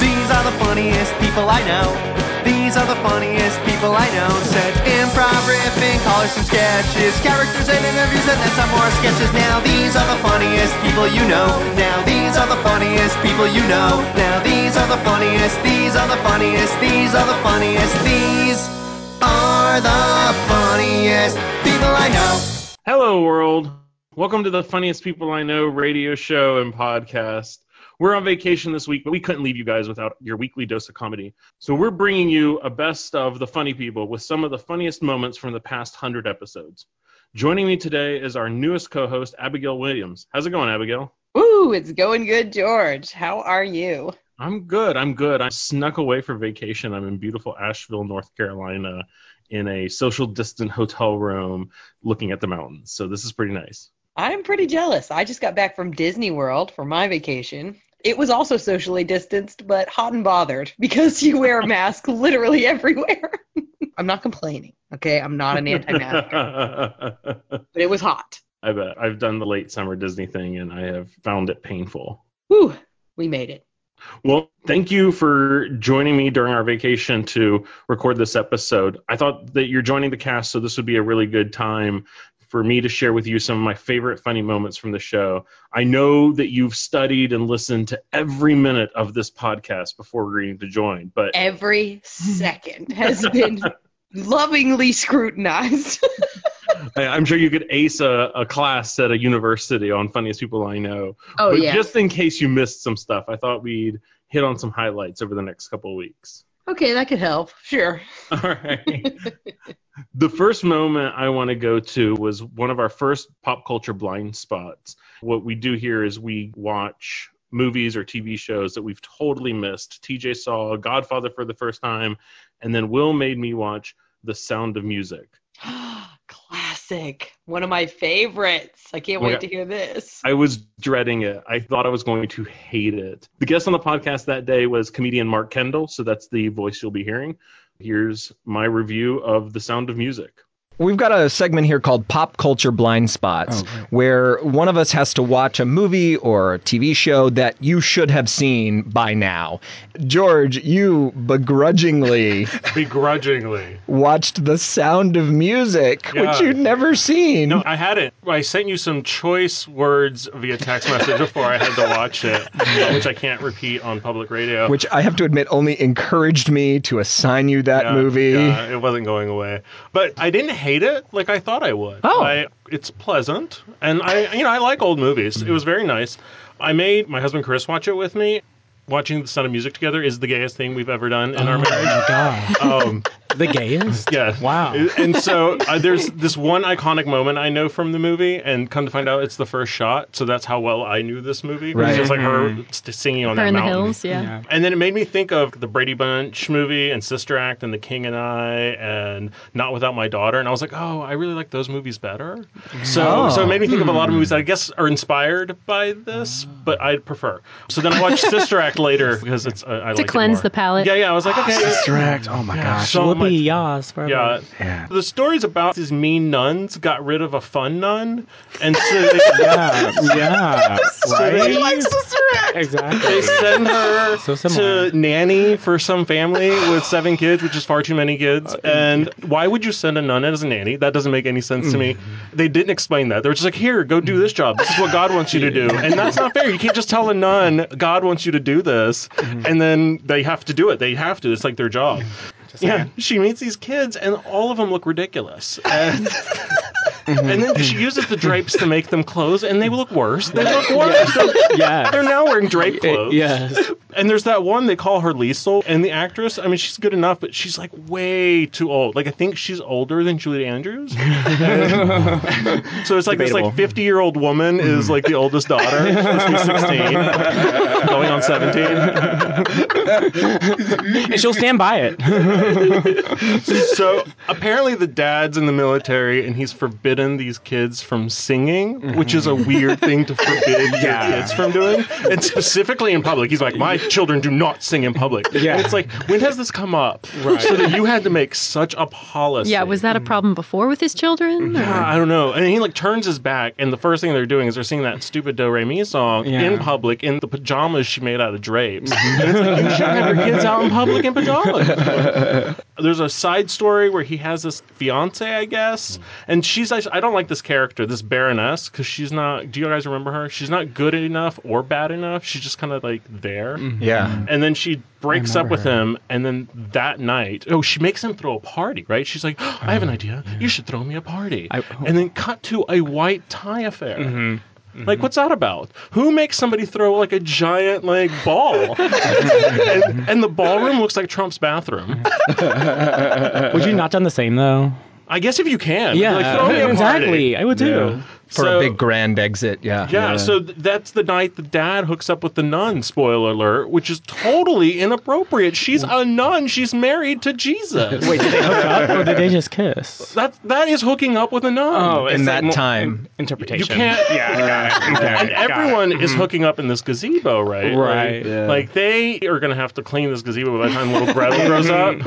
These are the funniest people I know. These are the funniest people I know. Sets improv riffing, callers some sketches, characters and interviews, and then some more sketches. Now these are the funniest people you know. Now these are the funniest people you know. Now these are the funniest. These are the funniest. These are the funniest. These are the funniest people I know. Hello, world. Welcome to the Funniest People I Know radio show and podcast. We're on vacation this week, but we couldn't leave you guys without your weekly dose of comedy. So we're bringing you a best of the funny people with some of the funniest moments from the past 100 episodes. Joining me today is our newest co host, Abigail Williams. How's it going, Abigail? Ooh, it's going good, George. How are you? I'm good. I'm good. I snuck away for vacation. I'm in beautiful Asheville, North Carolina, in a social distant hotel room looking at the mountains. So this is pretty nice. I'm pretty jealous. I just got back from Disney World for my vacation. It was also socially distanced, but hot and bothered because you wear a mask literally everywhere. I'm not complaining, okay? I'm not an anti-masker, I but it was hot. bet. I've done the late summer Disney thing and I have found it painful. Whew, we made it. Well, thank you for joining me during our vacation to record this episode. I thought that you're joining the cast, so this would be a really good time for me to share with you some of my favorite funny moments from the show. I know that you've studied and listened to every minute of this podcast before agreeing to join, but Every second has been lovingly scrutinized. I- I'm sure you could ace a, a class at a university on Funniest People I Know. oh but yeah. just in case you missed some stuff, I thought we'd hit on some highlights over the next couple of weeks. okay, that could help. Sure. All right. the first moment I want to go to was one of our first pop culture blind spots. What we do here is we watch movies or TV shows that we've totally missed. TJ saw Godfather for the first time, and then Will made me watch The Sound of Music. Classic. One of my favorites. I can't Oh my wait God. to hear this. I was dreading it. I thought I was going to hate it. The guest on the podcast that day was comedian Mark Kendall, so that's the voice you'll be hearing. Here's my review of The Sound of Music. We've got a segment here called Pop Culture Blind Oh, Spots, where one of us has to watch a movie or a TV show that you should have seen by now. George, you begrudgingly begrudgingly. watched The Sound of Music, Yeah. which you'd never seen. No, I had it. I sent you some choice words via text message before I had to watch it, uh, which I can't repeat on public radio. Which I have to admit only encouraged me to assign you that Yeah, movie. yeah, it wasn't going away, but I didn't hate it like I thought I would. Oh. I, it's pleasant, and I, you know, I like old movies. It was very nice. I made my husband Chris watch it with me. Watching the Sound of Music together is the gayest thing we've ever done in Oh our marriage. Ah, God. Um, The gayest? Yeah. Wow. And so uh, there's this one iconic moment I know from the movie, and come to find out, it's the first shot. So that's how well I knew this movie. Right. It's Right. just like her st- singing on Her that in the mountain. hills, yeah. And then it made me think of the Brady Bunch movie and Sister Act and The King and I and Not Without My Daughter. And I was like, oh, I really like those movies better. So, Oh. so it made me think of a lot of movies that I guess are inspired by this, but I prefer. So then I watched Sister Act later because it's uh, I To like cleanse it more. the palate. Yeah, yeah. I was like, okay, Direct. Oh my gosh. so we'll much- be yours forever. yeah. Yeah. The stories about these mean nuns got rid of a fun nun, and so they, Yeah. yeah. right? they Exactly. send her So similar. to nanny for some family with seven kids, which is far too many kids. Uh, And why would you send a nun as a nanny? That doesn't make any sense to me. Mm-hmm. They didn't explain that. They were just like, here, go do this job. This is what God wants you to do. And that's not fair. You can't just tell a nun, God wants you to do this, Mm-hmm. and then they have to do it. They have to. It's like their job. Yeah, she meets these kids, and all of them look ridiculous. And, Mm-hmm. and then she uses the drapes to make them clothes, and they look worse. They look worse. They're, they're Yes. now wearing drape clothes. Yes. And there's that one they call her Liesel, and the actress. I mean, she's good enough, but she's like way too old. Like I think she's older than Julie Andrews. so it's like this Debatable. Mm-hmm. like 50 year old woman is like the oldest daughter. She's 16, going on 17. And she'll stand by it. So apparently the dad's in the military, and he's forbidden these kids from singing, which is a weird thing to forbid Mm-hmm. Yeah. your kids from doing, and specifically in public. He's like, my children do not sing in public. Yeah. And it's like, when has this come up? Right. So that you had to make such a policy. Yeah, was that a problem before with his children? Mm-hmm. Yeah, I don't know. And he like turns his back, and the first thing they're doing is they're singing that stupid Do Re Mi song Yeah. Mm-hmm. in public in the pajamas she made out of drapes. and it's like, you shouldn't have your kids out in public in pajamas. There's a side story where he has this fiance, I guess, and she's I I don't like this character, this Baroness, because she's not. Do you guys remember her? She's not good enough or bad enough. She's just kind of like there. Yeah. And then she breaks up remember with him, and then that night, oh, she makes him throw a party, right? She's like, "Oh, I have an idea. You should throw me a party. Uh, I- Mm-hmm. and then cut to a white tie affair. Like, what's that about? Who makes somebody throw like a giant like ball? and, and the ballroom looks like Trump's bathroom. Would you not done the same though? I guess if you can, like, throw me a party. exactly. I would too. For So- a big grand exit. Yeah. Yeah, so th- that's the night the dad hooks up with the nun, spoiler alert, which is totally inappropriate. She's a nun, she's married to Jesus. Wait, did they hook up or did they just kiss? That that is hooking up with a nun. Oh, in that time. interpretation. you can't. Yeah, got it. Mm-hmm. Okay, And everyone is hooking up in this gazebo, Mm-hmm. right? Like- Right. Like, they are going to have to clean this gazebo by the time little Bradley grows up.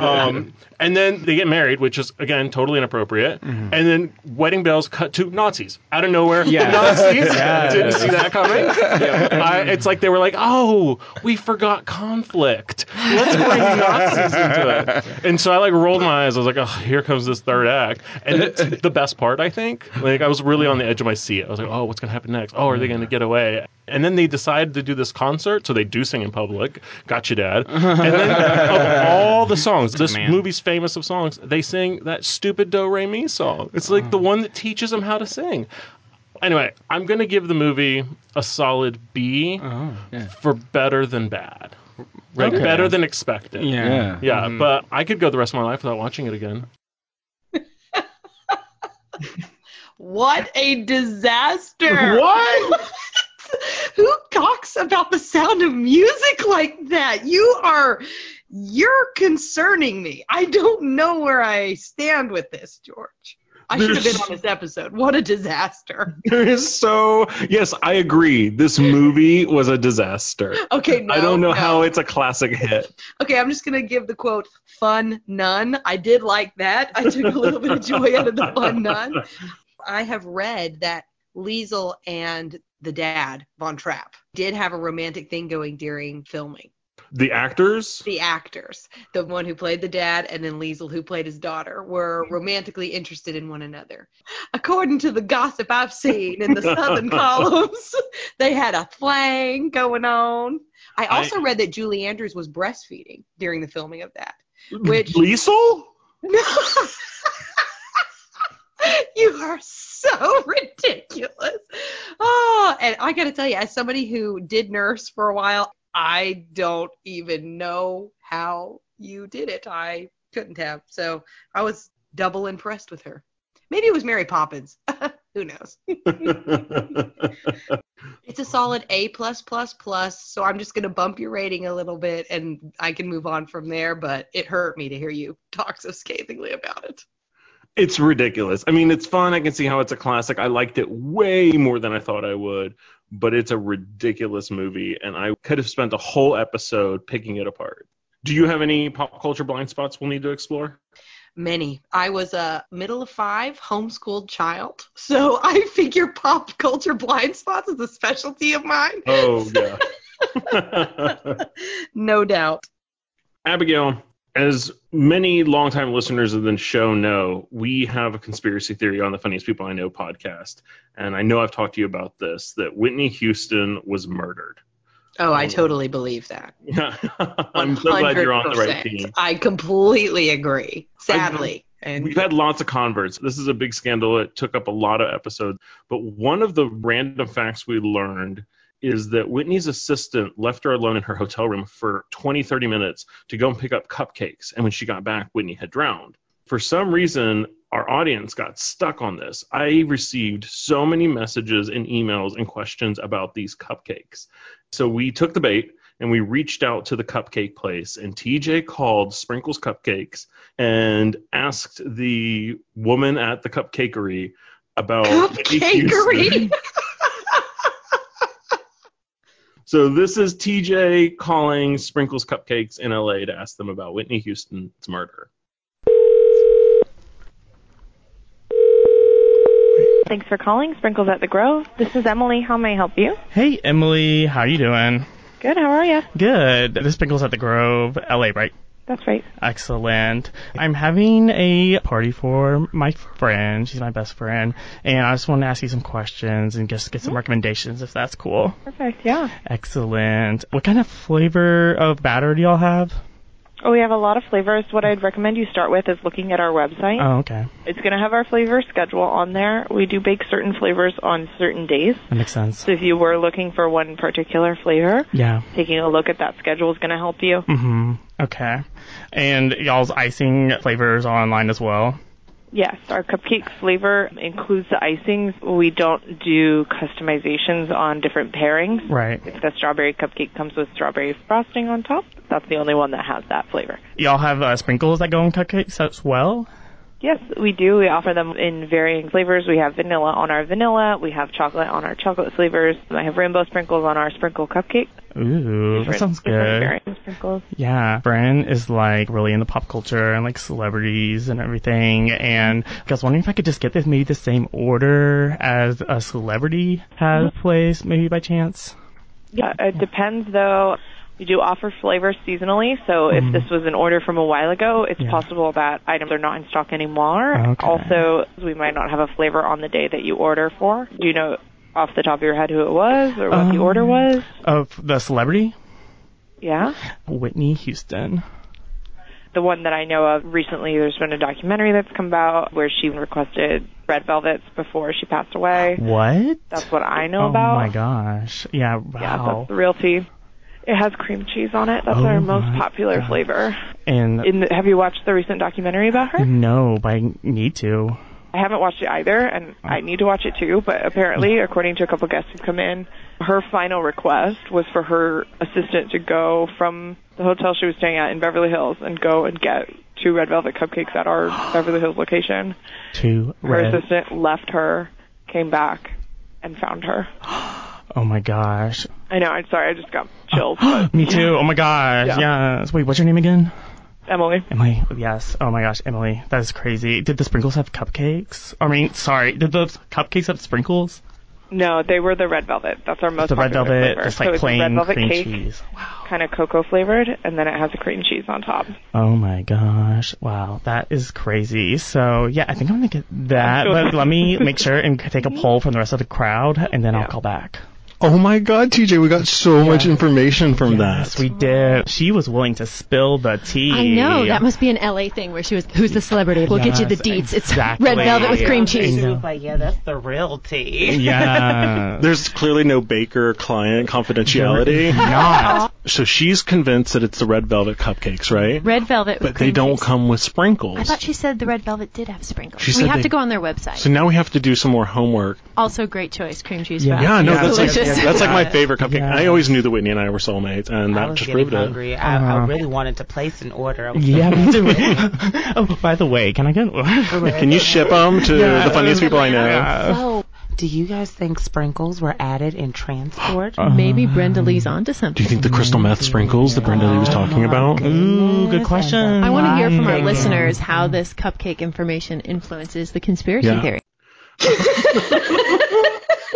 um, and then they get married, which is again totally inappropriate. And then wedding bells cut to Nazis out of nowhere. Yes. Nazis Yes. didn't see that coming. I, it's like they were like, "Oh, we forgot conflict. Let's bring Nazis into it." And so I like rolled my eyes. I was like, "Oh, here comes this third act." And it's the best part, I think. Like I was really on the edge of my seat. I was like, "Oh, what's going to happen next? Oh, are they going to get away?" And then they decided to do this concert, so they do sing in public. Gotcha, Dad. And then of all the songs, this movie's famous of songs, they sing that stupid Do Re Mi song. It's like the one that teaches them how to sing anyway, I'm gonna give the movie a solid B for better than bad. Right, Oh, Okay. better than expected. Yeah. Mm-hmm. Yeah, but I could go the rest of my life without watching it again. What a disaster! What? Who talks about the sound of music like that? You are you're concerning me. I don't know where I stand with this, George. I should have been on this episode. What a disaster. There is so yes, I agree. This movie was a disaster. Okay, no, I don't know no. how it's a classic hit. Okay, I'm just gonna give the quote "fun nun." I did like that. I took a little bit of joy out of the fun nun. I have read that Liesel and the dad Von Trapp did have a romantic thing going during filming. The actors? The actors, the one who played the dad and then Liesel who played his daughter, were romantically interested in one another. According to the gossip I've seen in the Southern columns, they had a fling going on. I I- also read that Julie Andrews was breastfeeding during the filming of that, which Liesel? no. you are so ridiculous. Oh, and I got to tell you, as somebody who did nurse for a while, I don't even know how you did it. I couldn't have. So I was double impressed with her. Maybe it was Mary Poppins. who knows? It's a solid A plus plus plus. So I'm just gonna bump your rating a little bit, and I can move on from there. But it hurt me to hear you talk so scathingly about it. it's ridiculous. I mean, it's fun. I can see how it's a classic. I liked it way more than I thought I would, but it's a ridiculous movie, and I could have spent a whole episode picking it apart. Do you have any pop culture blind spots we'll need to explore? Many. I was a middle of five homeschooled child, so I figure pop culture blind spots is a specialty of mine, Oh, yeah. no doubt. Abigail, as many longtime listeners of the show know, we have a conspiracy theory on the Funniest People I Know podcast. And I know I've talked to you about this that Whitney Houston was murdered. Oh, I totally believe that. Yeah. I'm so glad you're on the right 100%. team. Mm-hmm. I completely agree. Sadly, and We've had lots of converts. This is a big scandal. It took up a lot of episodes. But one of the random facts we learned is that Whitney's assistant left her alone in her hotel room for 20, 30 minutes to go and pick up cupcakes. And when she got back, Whitney had drowned. For some reason, our audience got stuck on this. I received so many messages and emails and questions about these cupcakes. So we took the bait and we reached out to the cupcake place and TJ called Sprinkles Cupcakes and asked the woman at the cupcakery about Oh, Cupcakery. So this is TJ calling Sprinkles Cupcakes in LA to ask them about Whitney Houston's murder. Thanks for calling Sprinkles at the Grove. This is Emily. How may I help you? Hey, Emily, how you doing? Good. How are you? Good. This is Pickles at the Grove, LA, right? That's right. Excellent. I'm having a party for my friend. She's my best friend, and I just want to ask you some questions and just get Mm-hmm. some recommendations if that's cool. Perfect. Yeah. Excellent. What kind of flavor of batter do y'all have? Oh, we have a lot of flavors. What I'd recommend you start with is looking at our website. Oh, okay. It's going to have our flavor schedule on there. We do bake certain flavors on certain days. That makes sense. So if you were looking for one particular flavor, Yeah. taking a look at that schedule is going to help you. Mm-hmm. Okay. And y'all's icing flavors are online as well. Yes, our cupcake flavor includes the icings. We don't do customizations on different pairings. Right. If the strawberry cupcake comes with strawberry frosting on top, that's the only one that has that flavor. Y'all have uh, sprinkles that go on cupcakes as well. Yes, we do. We offer them in varying flavors. We have vanilla on our vanilla. We have chocolate on our chocolate flavors. I have rainbow sprinkles on our sprinkle cupcake. Ooh, that Different- sounds different good. varying sprinkles. Yeah, Bren is like really into pop culture and like celebrities and everything. And I was wondering if I could just get this maybe the same order as a celebrity has Mm-hmm. placed, maybe by chance. Yeah, it depends though. We do offer flavors seasonally, so if Mhm. this was an order from a while ago, it's Yeah. possible that items are not in stock anymore. Okay. Also, we might not have a flavor on the day that you order for. Do you know off the top of your head who it was or what the Um, order was? Of the celebrity, Yeah. Whitney Houston. The one that I know of recently, there's been a documentary that's come out where she requested red velvets before she passed away. What? That's what I know oh about. my gosh. Yeah, Yeah, wow. that's the real tea. It has cream cheese on it. That's Oh our most my popular gosh. flavor. and In the, have you watched the recent documentary about her? no, but I need to. I haven't watched it either, and I need to watch it too. But apparently, according to a couple guests who've come in, her final request was for her assistant to go from the hotel she was staying at in Beverly Hills and go and get two red velvet cupcakes at our Beverly Hills location. Two Her red. assistant left her, came back, and found her. Oh my gosh. I know. I'm sorry. I just got chills. but- Me too. Oh my gosh. Yeah. Yes. Wait, what's your name again? Emily. Emily, yes. Oh my gosh, Emily, that is crazy. Did the sprinkles have cupcakes? I mean, sorry, did the cupcakes have sprinkles? No, they were the red velvet. That's our most the red popular velvet, flavor. just so like it's plain red velvet cream cake, cheese. kind of cocoa flavored, and then it has a cream cheese on top. Oh my gosh, wow, that is crazy. So yeah, I think I'm gonna get that, but let me make sure and take a poll from the rest of the crowd, and then I'll call back. Oh my God, TJ, we got so much information from Yes, we did. She was willing to spill the tea. I know that must be an LA thing where she was. Who's the celebrity? We'll get you the Yes, deets. exactly. It's red velvet with cream cheese. I know. like, yeah, that's the real tea. Yeah. There's clearly no baker client confidentiality. Not. So she's convinced that it's the red velvet cupcakes, right? Red velvet. With But they cream don't cheese. come with I sprinkles. thought she said the red velvet did have sprinkles. She we said have they- to go on their website. So now we have to do some more homework. also, great choice, cream cheese. Yeah. wrap. Yeah, no, Yeah, that's like delicious. that's like my favorite cupcake. Yeah. I always knew that Whitney and I were soulmates, and I that was just getting proved hungry. it. I, Oh. Uh-huh. I really wanted to place an order. I was Yeah, me too. oh, by the way, can I get one? Can you ship them to Yeah. uh, the funniest people I know? Yeah. So, do you guys think sprinkles were added in transport? Uh-huh. Maybe Brenda Lee's onto Do you something. think the crystal meth sprinkles that Brenda Lee was Oh talking about? Ooh, good question. I want to hear from our Mm. Wow. listeners how this cupcake information influences the conspiracy Yeah. theory.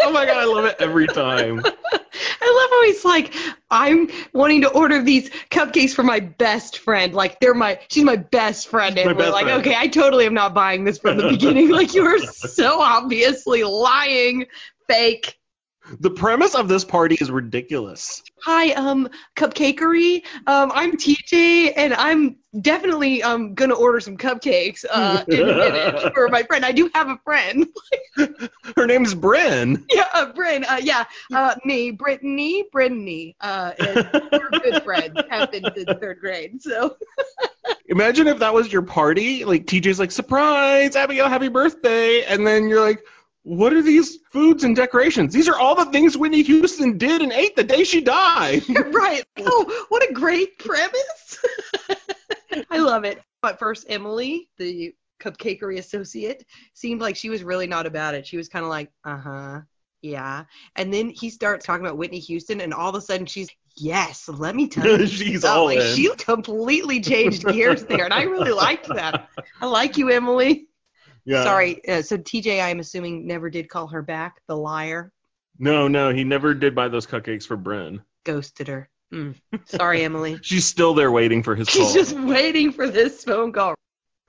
Oh my god, I love it every time. I love how he's like, I'm wanting to order these cupcakes for my best friend. Like they're my, she's my best friend, and My we're best like, friend. okay, I totally am not buying this from the beginning. like you are so obviously lying, fake. The premise of this party is ridiculous. Hi, um, cupcakery. Um, I'm TJ, and I'm definitely um gonna order some cupcakes. Uh, in a minute for my friend. I do have a friend. Her name's Bryn. yeah, uh, Bryn. Uh, yeah, uh, me, Brittany, Brittany. Uh, and we're good friends. Have been since third grade. So. Imagine if that was your party. Like TJ's like, surprise, Abigail, happy birthday, and then you're like, what are these foods and decorations? These are all the things Whitney Houston did and ate the day she died. right. Oh, what a great premise. I love it. But first, Emily, the cupcakery associate, seemed like she was really not about it. She was kind of like, uh huh, yeah. And then he starts talking about Whitney Houston, and all of a sudden she's, yes, let me tell you. She's something." all Like, in. She completely changed gears there, and I really liked that. I like you, Emily. Yeah. Sorry. Uh, so TJ, I'm assuming, never did call her back, the liar. No, no, he never did buy those cupcakes for Bren. Ghosted her. Mm. Sorry, Emily. She's still there waiting for his She's call. just waiting for this phone call.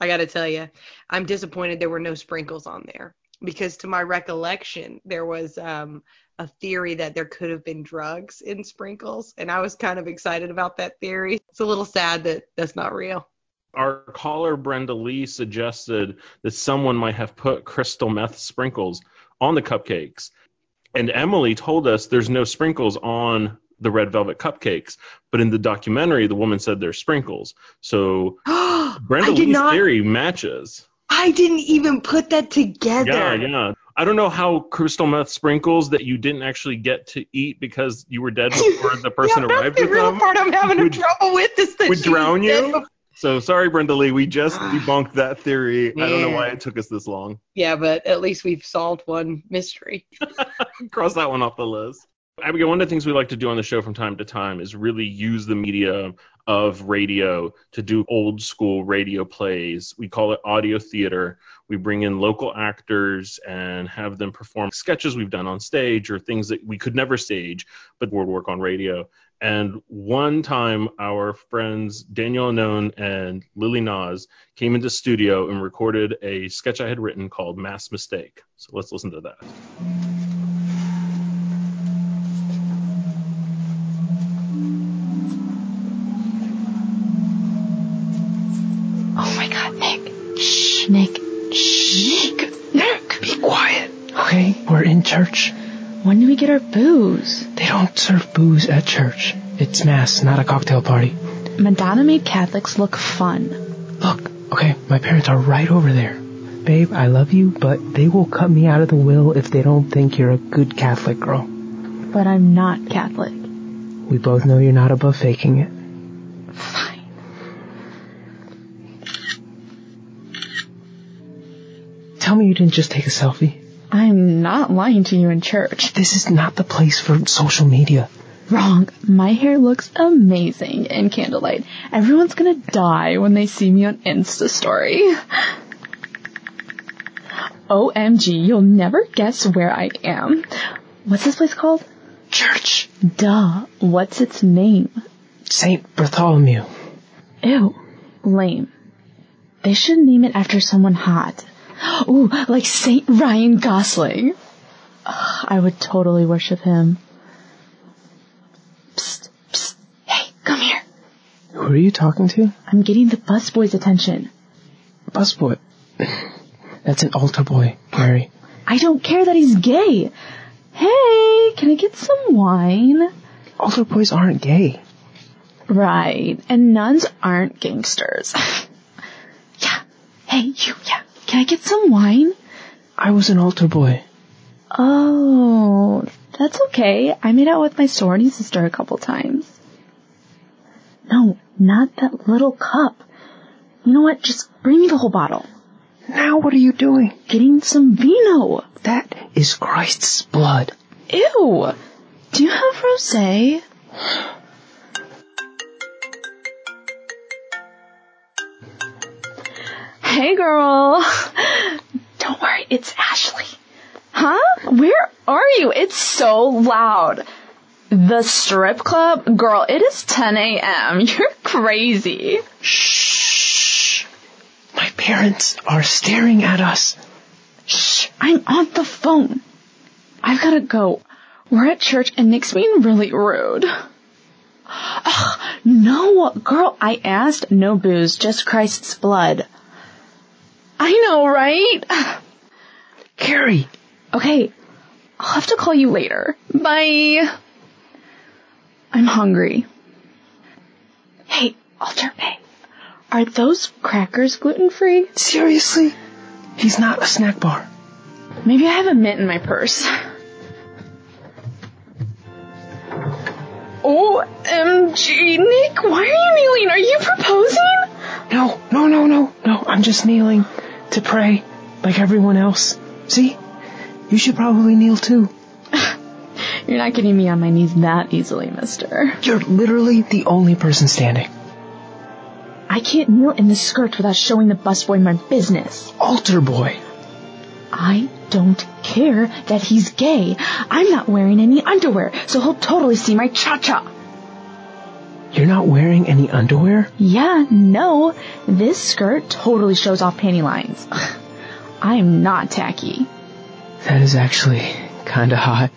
I got to tell you, I'm disappointed there were no sprinkles on there because, to my recollection, there was um, a theory that there could have been drugs in sprinkles, and I was kind of excited about that theory. It's a little sad that that's not real. Our caller Brenda Lee suggested that someone might have put crystal meth sprinkles on the cupcakes. And Emily told us there's no sprinkles on the red velvet cupcakes, but in the documentary the woman said there's sprinkles. So Brenda I did Lee's not- theory matches. I didn't even put that together. Yeah, yeah. I don't know how crystal meth sprinkles that you didn't actually get to eat because you were dead before the person arrived The with real them part I'm having Would- trouble with is that would she drown said- you. So sorry, Brenda Lee. We just debunked that theory. I don't know why Man. it took us this long. Yeah, but at least we've solved one mystery. Cross that one off the list. Abigail, one of the things we like to do on the show from time to time is really use the media of radio to do old school radio plays. We call it audio theater. We bring in local actors and have them perform sketches we've done on stage or things that we could never stage but would work on radio. And one time, our friends Daniel Known and Lily Nas came into studio and recorded a sketch I had written called Mass Mistake. So let's listen to that. Oh my god, Nick. Shh, Nick. Shh. Nick. Nick. Be quiet. Okay, we're in church. When do we get our booze? They don't serve booze at church. It's mass, not a cocktail party. Madonna made Catholics look fun. Okay, my parents are right over there. Babe, I love you, but they will cut me out of the will if they don't think you're a good Catholic girl. But I'm not Catholic. We both know you're not above faking it. Tell me you didn't just take a selfie. I'm not lying to you in church. This is not the place for social media. Wrong. My hair looks amazing in candlelight. Everyone's gonna die when they see me on Insta story. OMG, you'll never guess where I am. What's this place called? Church. Duh. What's its name? Saint Bartholomew. Ew. Lame. They should name it after someone hot. Ooh, like Saint Ryan Gosling. Ugh, I would totally worship him. Psst, psst. Hey, come here. Who are you talking to? I'm getting the busboy's attention. Busboy. That's an altar boy, Gary. I don't care that he's gay. Hey, can I get some wine? Altar boys aren't gay. Right, and nuns aren't gangsters. yeah. Hey, you, yeah. Can I get some wine? I was an altar boy. Oh, that's okay. I made out with my sorority sister a couple times. No, not that little cup. You know what? Just bring me the whole bottle. Now what are you doing? Getting some vino. That is Christ's blood. Ew. Do you have rosé? Hey, girl. Don't worry, it's Ashley. Huh? Where are you? It's so loud. The strip club? Girl, it is 10 a.m. You're crazy. My parents are staring at us. Shh, I'm on the phone. I've gotta go. We're at church and Nick's being really rude. Ugh, no, girl, I asked. No booze, just Christ's blood. I know, right? Carrie, Okay, I'll have to call you later. Bye. I'm hungry. Hey, Alter, hey, are those crackers gluten free? seriously? He's not a snack bar. Maybe I have a mint in my purse. OMG, Nick, why are you kneeling? Are you proposing? No, no, no, no, no. I'm just kneeling to pray like everyone else. See? You should probably kneel too. You're not getting me on my knees that easily, mister. You're literally the only person standing. I can't kneel in this skirt without showing the busboy my business. Altar boy. I don't care that he's gay. I'm not wearing any underwear, so he'll totally see my cha cha. You're not wearing any underwear? Yeah, no, this skirt totally shows off panty lines. I'm not tacky. That is actually kinda hot.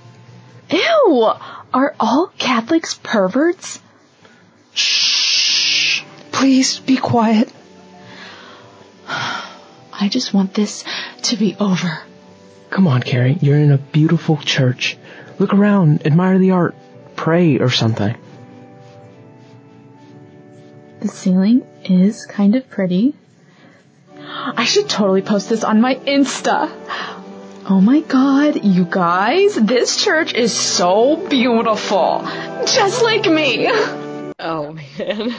Ew! Are all Catholics perverts? Please be quiet. I just want this to be over. Come on, Carrie. You're in a beautiful church. Look around, admire the art, pray or something. The ceiling is kind of pretty. I should totally post this on my Insta. Oh my god, you guys, this church is so beautiful. Just like me. Oh man.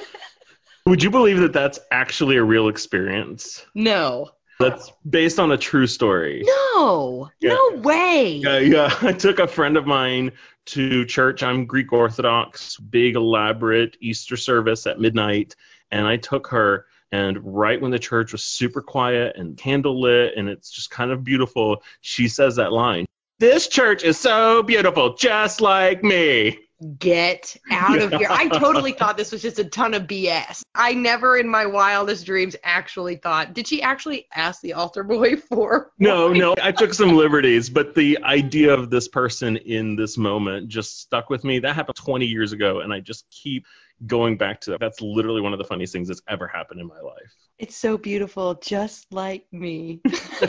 Would you believe that that's actually a real experience? no. That's based on a true story. No. No way. Yeah, yeah. I took a friend of mine to church. I'm Greek Orthodox, big elaborate Easter service at midnight, and I took her and right when the church was super quiet and candlelit and it's just kind of beautiful, she says that line. This church is so beautiful, just like me. Get out of here. I totally thought this was just a ton of BS. I never in my wildest dreams actually thought, did she actually ask the altar boy for? No, no, I took some liberties, but the idea of this person in this moment just stuck with me. That happened 20 years ago, and I just keep going back to that. That's literally one of the funniest things that's ever happened in my life. It's so beautiful, just like me.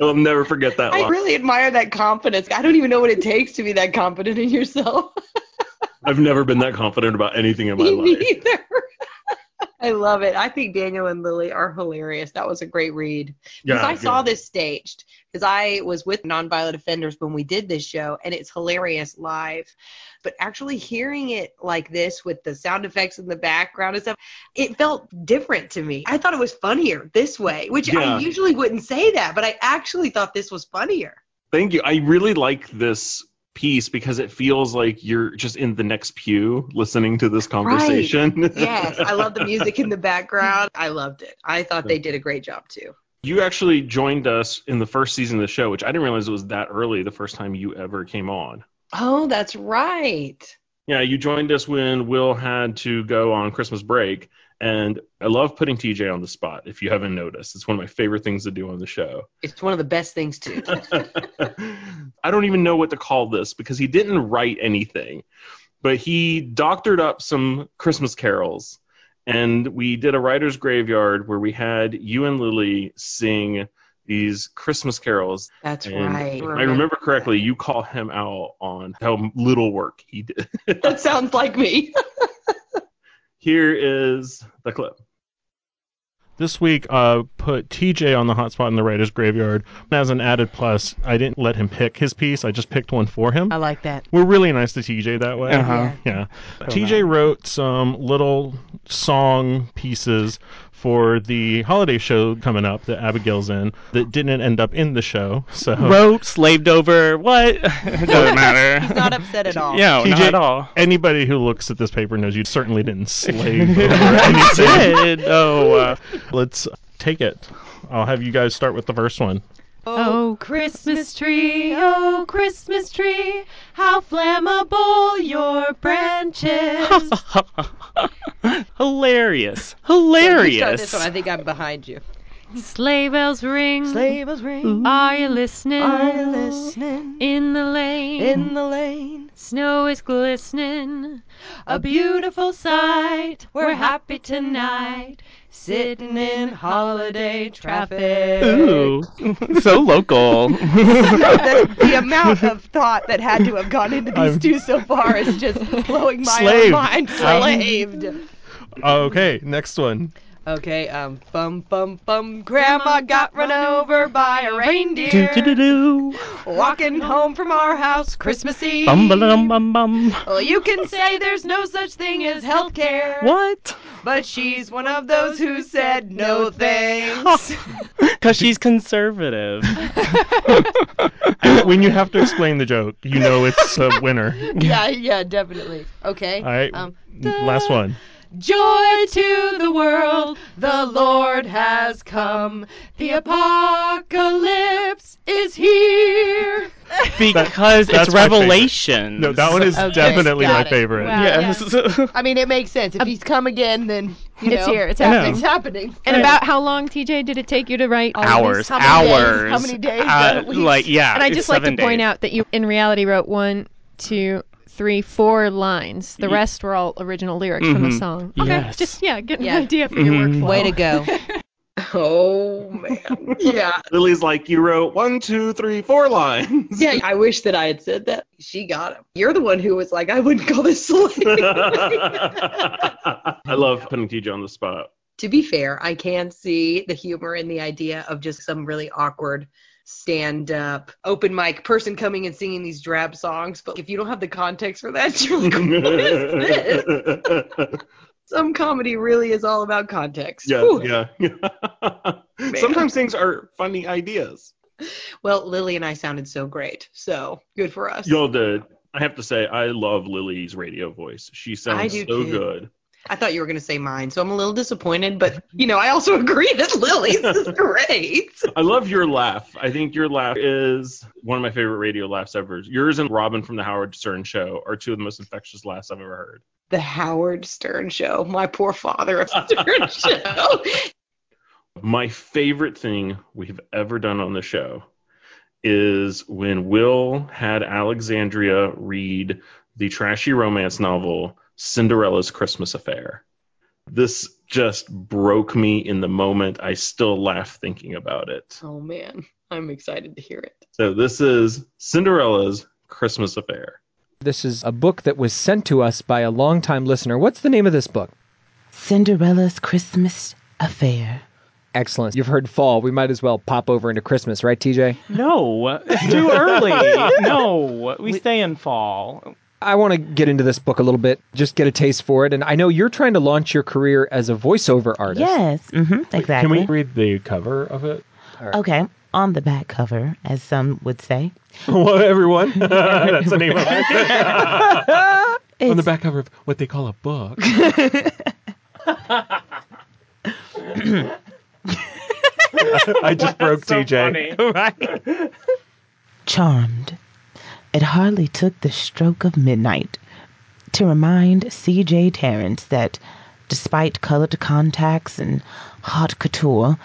I'll never forget that I line. really admire that confidence. I don't even know what it takes to be that confident in yourself. I've never been that confident about anything in my Me life. neither. I love it. I think Daniel and Lily are hilarious. That was a great read. Because Yeah, I saw yeah. this staged. Because I was with nonviolent offenders when we did this show, and it's hilarious live. But actually hearing it like this with the sound effects in the background and stuff, it felt different to me. I thought it was funnier this way, which Yeah. I usually wouldn't say that, but I actually thought this was funnier. Thank you. I really like this piece because it feels like you're just in the next pew listening to this conversation. Right. yes, I love the music in the background. I loved it. I thought they did a great job too. You actually joined us in the first season of the show, which I didn't realize it was that early the first time you ever came on. Oh, that's right. Yeah, you joined us when Will had to go on Christmas break. And I love putting TJ on the spot, if you haven't noticed. It's one of my favorite things to do on the show. It's one of the best things too. I don't even know what to call this because he didn't write anything, but he doctored up some Christmas carols. And we did a writer's graveyard where we had you and Lily sing these Christmas carols. That's And right. If I remember correctly, you call him out on how little work he did. That sounds like me. Here is the clip. This week, uh, put TJ on the hotspot in the writer's graveyard. As an added plus, I didn't let him pick his piece. I just picked one for him. I like that. We're really nice to TJ that way. Uh-huh. Yeah. TJ wrote some little song pieces for the holiday show coming up that Abigail's in that didn't end up in the show. So Oh. Wrote, slaved over, what? it doesn't matter. He's not upset at all. Yeah, not at all. Anybody who looks at this paper knows you certainly didn't slave over anything. did. Oh, uh, let's take it. I'll have you guys start with the first one. Oh, Christmas tree, oh, Christmas tree, how flammable your branches. Hilarious. Hilarious. You start this one. I think I'm behind you. Sleigh bells ring. Sleigh bells ring. Are you listening? Are you listening? In the lane. In the lane. Snow is glistening. A beautiful sight. We're happy tonight. Sitting in holiday traffic. Ooh. so local. the, the amount of thought that had to have gone into these I'm- two so far is just blowing my own Um, Slaved. mind. I'm- Slaved. Okay, next one. Okay, um, bum bum bum. Grandma got run over by a Do do do reindeer. do. Walking home from our house Christmas Eve. Bum ba, dum bum bum. Well, you can say there's no such thing as healthcare. What? But she's one of those who said no thanks. Because she's conservative. when you have to explain the joke, you know it's a winner. yeah, yeah, definitely. Okay. All right, Um, last one. Joy to the world, the Lord has come. The apocalypse is here. Because it's Revelations. No, that one is Okay, definitely my got it. favorite. Wow, yes. I mean, it makes sense. If Um, he's come again, then you It's know, here. It's I know. happening. It's happening. And about how long, TJ, did it take you to write all Hours, Of these? How many hours. days? How many days? Uh, At least. like, yeah, And I it's just like to seven point days. out that you, in reality, wrote one, two, three, four lines. The Ye- rest were all original lyrics from the Mhm. song. Okay, Yes. just yeah, get Yeah. an idea for your Mhm. workflow. Way to go. oh man. Yeah. Lily's like, you wrote one, two, three, four lines. Yeah, I wish that I had said that. She got him. You're the one who was like, I wouldn't call this slavery. I love putting TJ on the spot. to be fair, I can see the humor in the idea of just some really awkward stand up open mic person coming and singing these drab songs. But if you don't have the context for that, you're like, what is this? Some comedy really is all about context. Whew. Yeah, yeah. Sometimes things are funny ideas. Well, Lily and I sounded so great. So good for us. Y'all did. I have to say, I love Lily's radio voice. She I sounds do so too. good. I thought you were going to say mine, so I'm a little disappointed. But, you know, I also agree that Lily's is great. I love your laugh. I think your laugh is one of my favorite radio laughs ever. Yours and Robin from the Howard Stern Show are two of the most infectious laughs I've ever heard. The Howard Stern Show, my poor father of Stern Show. My favorite thing we've ever done on the show is when Will had Alexandria read the trashy romance novel Cinderella's Christmas Affair. This just broke me in the moment. I still laugh thinking about it. Oh, man. I'm excited to hear it. So, this is Cinderella's Christmas Affair. This is a book that was sent to us by a longtime listener. What's the name of this book? Cinderella's Christmas Affair. Excellent. You've heard fall. We might as well pop over into Christmas, right, TJ? No, it's too early. No, we stay in fall. I want to get into this book a little bit, just get a taste for it. And I know you're trying to launch your career as a voiceover artist. Yes, hmm Can exactly. we read the cover of it? Okay, on the back cover, as some would say. What, everyone? That's the name of it. on the It's- back cover of what they call a book. I just broke TJ. right. Charmed. It hardly took the stroke of midnight to remind C.J. Terrence that, despite colored contacts and haute couture,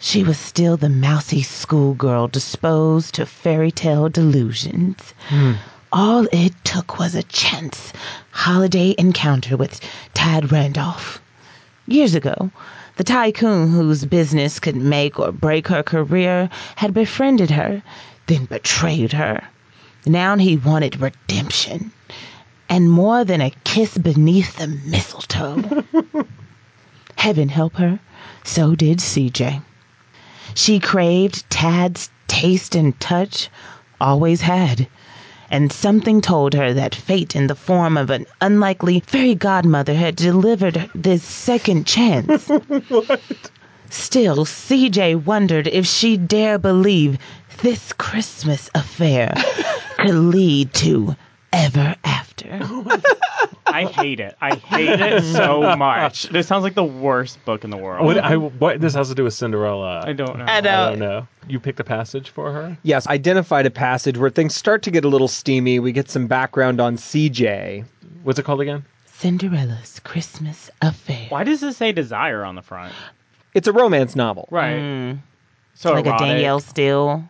she was still the mousy schoolgirl disposed to fairy tale delusions. Hmm. All it took was a chance holiday encounter with Tad Randolph. Years ago, the tycoon whose business could make or break her career had befriended her, then betrayed her. Now he wanted redemption, and more than a kiss beneath the mistletoe. Heaven help her, so did CJ. She craved Tad's taste and touch, always had. And something told her that fate, in the form of an unlikely fairy godmother, had delivered this second chance. Still, CJ wondered if she dare believe this Christmas affair could lead to ever after. I hate it. I hate it so much. This sounds like the worst book in the world. What, I, what this has to do with Cinderella? I don't know. I don't- don't know. You picked a passage for her. Yes, identified a passage where things start to get a little steamy. We get some background on CJ. What's it called again? Cinderella's Christmas Affair. Why does it say desire on the front? It's a romance novel. Right. So Mm. like erotic. a Danielle Steele.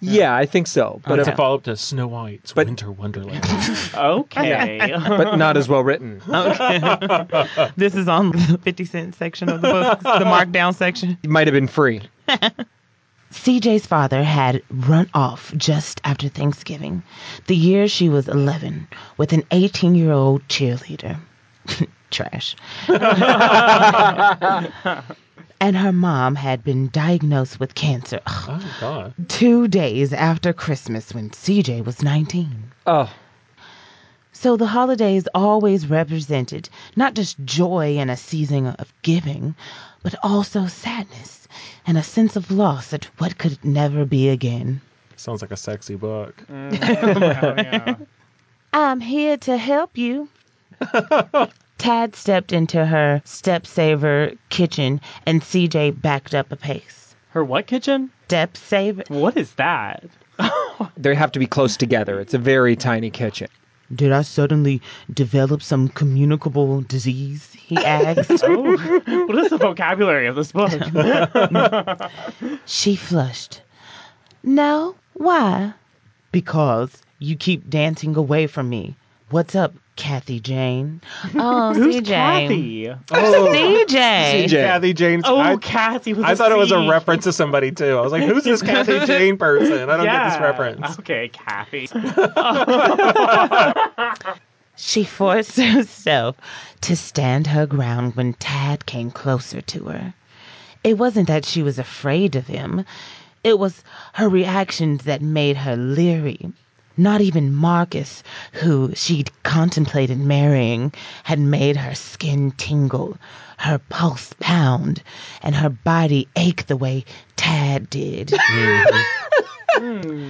Yeah, I think so. But But it's a a follow up to Snow White's Winter Wonderland. Okay. Yeah. but not as well written. Okay. this is on the 50 cent section of the book, the markdown section. It might have been free. CJ's father had run off just after Thanksgiving, the year she was 11, with an 18 year old cheerleader. trash. Mm. and her mom had been diagnosed with cancer ugh, Oh God. two days after Christmas when CJ was 19. Oh. So the holidays always represented not just joy and a season of giving, but also sadness and a sense of loss at what could never be again. Sounds like a sexy book. Mm, I'm here to help you. Tad stepped into her stepsaver kitchen and CJ backed up a pace. Her what kitchen? Step saver. What is that? They have to be close together. It's a very tiny kitchen. Did I suddenly develop some communicable disease? He asked. Oh. what is the vocabulary of this book? She flushed. No, why? Because you keep dancing away from me. What's up, Kathy Jane? Oh, Who's CJ. Kathy? Oh, CJ. Kathy Jane. Oh, I- Kathy was. I a thought it was a C. reference to somebody too. I was like, who's this Kathy Jane person? I don't get this Yeah. reference. Okay, Kathy. She forced herself to stand her ground when Tad came closer to her. It wasn't that she was afraid of him, it was her reactions that made her leery. Not even Marcus, who she'd contemplated marrying, had made her skin tingle, her pulse pound, and her body ache the way Tad did.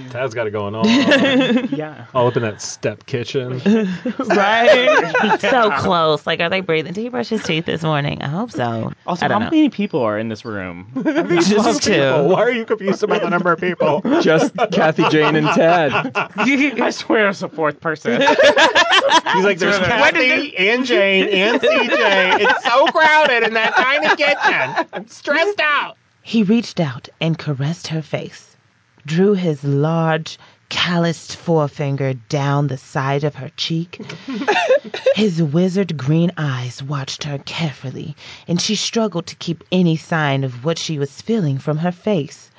Tad's got it going on. Hmm. yeah. All up in that step kitchen. right? So close. Like, are they breathing? Did he brush his teeth this morning? I hope so. Also, I how don't know. many people are in this room? These Just two people. two. Why are you confused about the number of people? Just Kathy Jane and Ted. I swear it's a fourth person. He's like, there's What is Kathy and Jane and CJ. It's so crowded in that tiny kitchen. I'm stressed out. He reached out and caressed her face, drew his large, calloused forefinger down the side of her cheek. his wizard green eyes watched her carefully, and she struggled to keep any sign of what she was feeling from her face.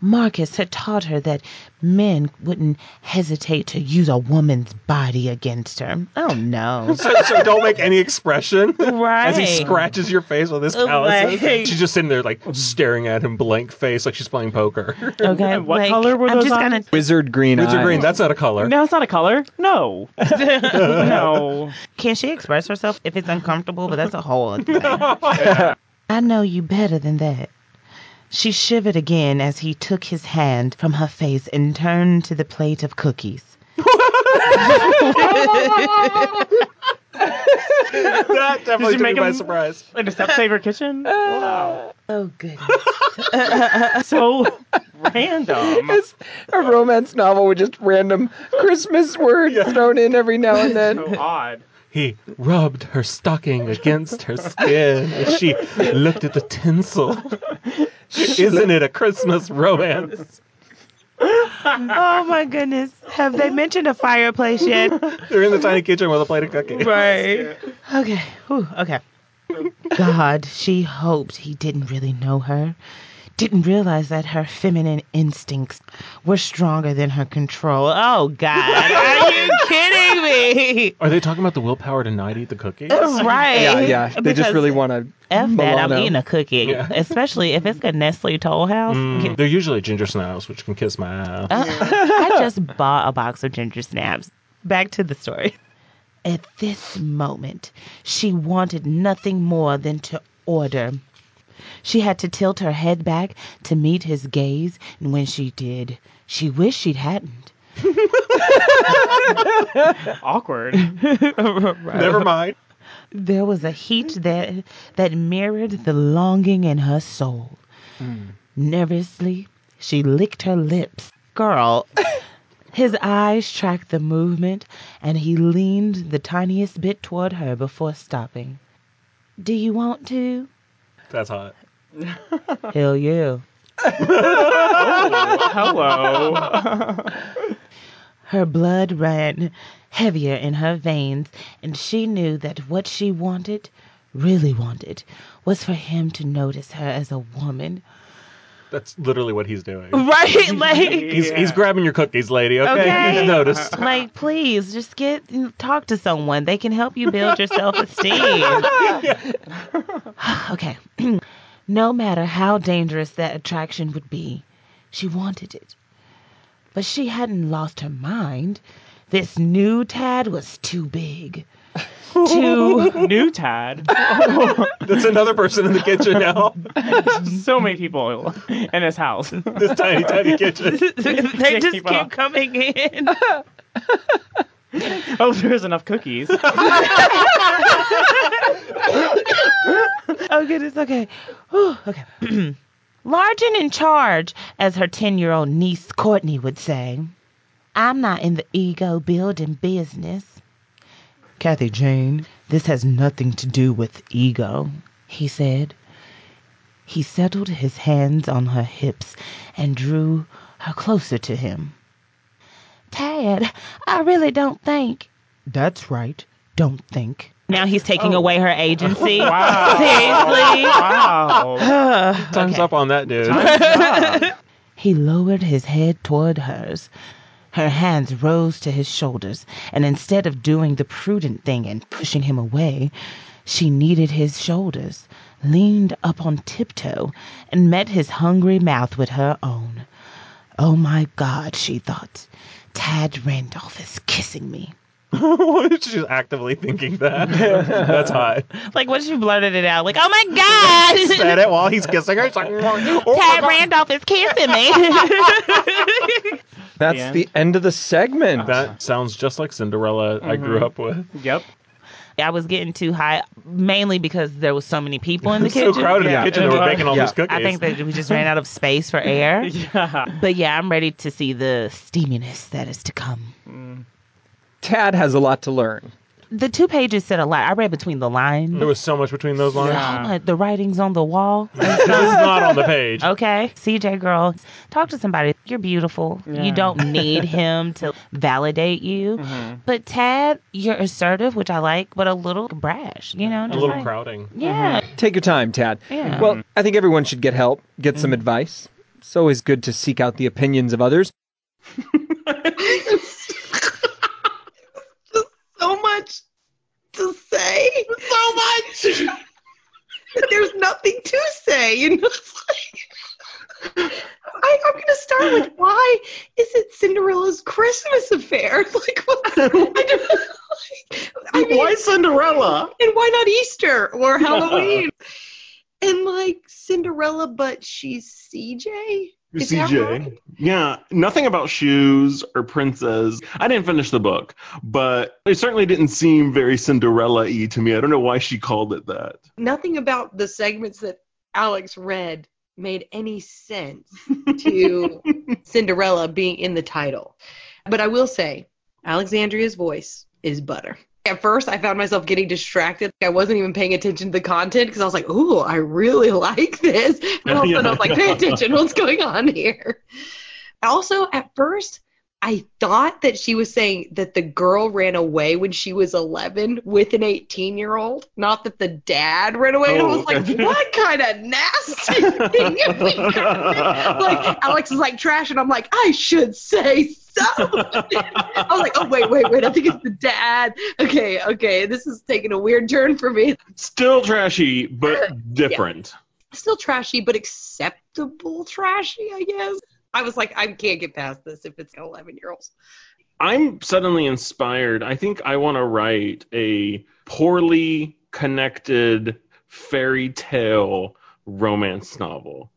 Marcus had taught her that men wouldn't hesitate to use a woman's body against her. Oh no. So, so don't make any expression. Right. Oh, As he scratches your face with his calluses. Right. She's just sitting there like staring at him blank face like she's playing poker. Okay. what like, color were I'm those just eyes? gonna Wizard green Wizard eyes. green, that's not a color. No, it's not a color. No. no. Can she express herself if it's uncomfortable? But oh, that's a whole other thing. I know you better than that. She shivered again as he took his hand from her face and turned to the plate of cookies. that definitely you took me make by him- surprise. In a step saver kitchen? Wow. Oh, goodness. so random. It's a romance novel with just random Christmas words thrown in every now and then. odd. He rubbed her stocking against her skin and she looked at the tinsel. Isn't it a Christmas romance? oh my goodness. Have they mentioned a fireplace yet? They're in the tiny kitchen with a plate of cookies. Right. Okay. Whew, okay. God, she hoped he didn't really know her. Didn't realize that her feminine instincts were stronger than her control. Oh, God. Are you kidding me? Are they talking about the willpower to not eat the cookies? Oh, Right. Yeah, yeah. They just Because really want to. F that, I'm Milano. eating a cookie. Yeah. Especially if it's a Nestle Toll House. Mm, they're usually ginger snaps, which can kiss my ass. Uh, I just bought a box of ginger snaps. Back to the story. At this moment, she wanted nothing more than to order. She had to tilt her head back to meet his gaze, and when she did, she wished she'd hadn't. Awkward. Never mind. There was a heat that that mirrored the longing in her soul. Hmm. Nervously, she licked her lips. Girl. His eyes tracked the movement, and he leaned the tiniest bit toward her before stopping. Do you want to? That's hot. Hell yeah. Oh, Oh, Hello. Her blood ran heavier in her veins, and she knew that what she wanted, really wanted, was for him to notice her as a woman. That's literally what he's doing. Right? Like, He's, he's grabbing your cookies, lady. Okay, okay. you noticed. Like, please, just get talk to someone. They can help you build your self esteem. okay. no matter how dangerous that attraction would be, she wanted it. But she hadn't lost her mind. This new Tad was too big. Too new Tad. That's another person in the kitchen now. so many people in this house. This tiny, tiny kitchen. they just people. keep coming in. Oh, there's enough cookies. oh goodness, okay. Whew, okay. Large and in charge, as her ten year old niece Courtney would say. I'm not in the ego building business. Kathy Jane, this has nothing to do with ego, he said. He settled his hands on her hips and drew her closer to him. Tad, I really don't think. That's right, don't think. Now he's taking away her agency. Wow. Seriously? Wow. Ugh, Time's Uh, okay. up on that, dude. he lowered his head toward hers. Her hands rose to his shoulders, and instead of doing the prudent thing and pushing him away, she kneaded his shoulders, leaned up on tiptoe, and met his hungry mouth with her own. Oh my God, she thought. Tad Randolph is kissing me. She's actively thinking that. That's hot. Like once you blurted it out, like, oh my god Said it while he's kissing her. It's like, Oh Tad Randolph is kissing me. That's the end. of the segment. That sounds just like Cinderella I grew Mhm. up with. Yep. I was getting too high mainly because there was so many people in the It's so kitchen. crowded in the kitchen, they were baking all these I cookies. think that we just ran out of space for air. yeah. But yeah, I'm ready to see the steaminess that is to come. Mm. Tad has a lot to learn. The two pages said a lot. I read between the lines. There was so much between those lines. So much. The writing's on the wall. It's not on the page. Okay, CJ girl, talk to somebody. You're beautiful. Yeah. You don't need him to validate you. But Tad, you're assertive, which I like, but a little brash. You know, A just little like- crowding. Yeah. Take your time, Tad. Yeah. Well, I think everyone should get help, get some advice. It's always good to seek out the opinions of others. so much to say. So much. But there's nothing to say. You know, it's like, I, I'm going to start with why is it Cinderella's Christmas affair? Like, what's, I don't, why Cinderella? And why not Easter or Halloween? and like Cinderella, but she's CJ. Is that right? CJ. Yeah, nothing about shoes or princess. I didn't finish the book, but it certainly didn't seem very Cinderella y to me. I don't know why she called it that. nothing about the segments that Alex read made any sense to Cinderella being in the title. But I will say, Alexandria's voice is butter. At first, I found myself getting distracted. I wasn't even paying attention to the content because I was like, ooh, I really like this. And all of a sudden, I was like, pay attention. What's going on here? Also, at first, I thought that she was saying that the girl ran away when she was 11 with an 18 year old, not that the dad ran away. and I was Oh, like, gotcha. what kind of nasty thing? have we got? like, Alex is like trash, and I'm like, I should say so. I was like, oh, wait, wait, wait. I think it's the dad. Okay, okay. This is taking a weird turn for me. Still trashy, but different. Still trashy, but acceptable trashy, I guess. I was like, I can't get past this if it's 11 year olds. I'm suddenly inspired. I think I want to write a poorly connected fairy tale romance novel.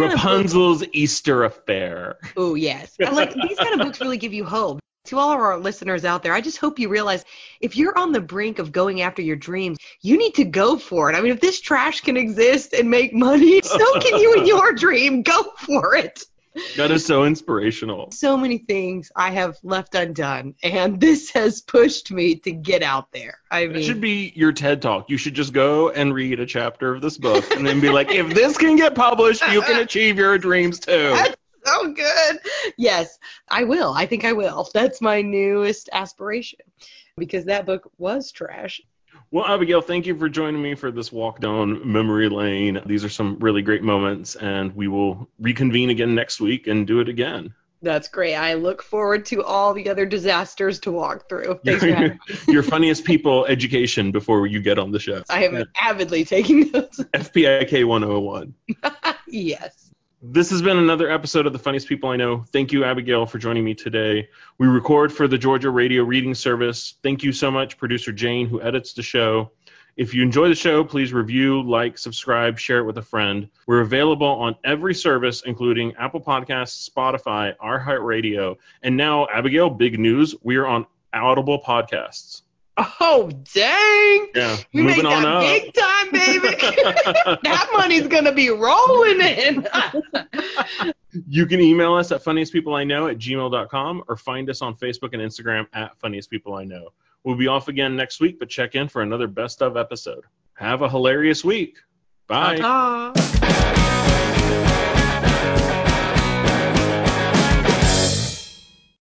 Rapunzel's Easter Affair. Oh yes, And, like these kind of books really give you hope. To all of our listeners out there, I just hope you realize if you're on the brink of going after your dreams, you need to go for it. I mean, if this trash can exist and make money, so can you and your dream. Go for it. That is so inspirational. So many things I have left undone, and this has pushed me to get out there. I That should mean, be your TED talk. You should just go and read a chapter of this book and then be like, if this can get published, you can achieve your dreams too. so good. Yes, I will. I think I will. That's my newest aspiration because that book was trash. Well, Abigail, thank you for joining me for this walk down memory lane. These are some really great moments, and we will reconvene again next week and do it again. That's great. I look forward to all the other disasters to walk through. Thanks for having me. Your funniest people education before you get on the show. I am avidly taking notes. FPIK 101. yes. This has been another episode of The Funniest People I Know. Thank you, Abigail, for joining me today. We record for the Georgia Radio Reading Service. Thank you so much, producer Jane, who edits the show. If you enjoy the show, please review, like, subscribe, share it with a friend. We're available on every service, including Apple Podcasts, Spotify, iHeartRadio, and now, Abigail, big news, we are on Audible Podcasts. Oh, dang. Yeah, You moving made on that up. big time, baby. that money's going to be rolling in. You can email us at funniestpeopleiknow at gmail.com or find us on Facebook and Instagram at funniestpeopleiknow. We'll be off again next week, but check in for another best of episode. Have a hilarious week. Bye. Ta-ta.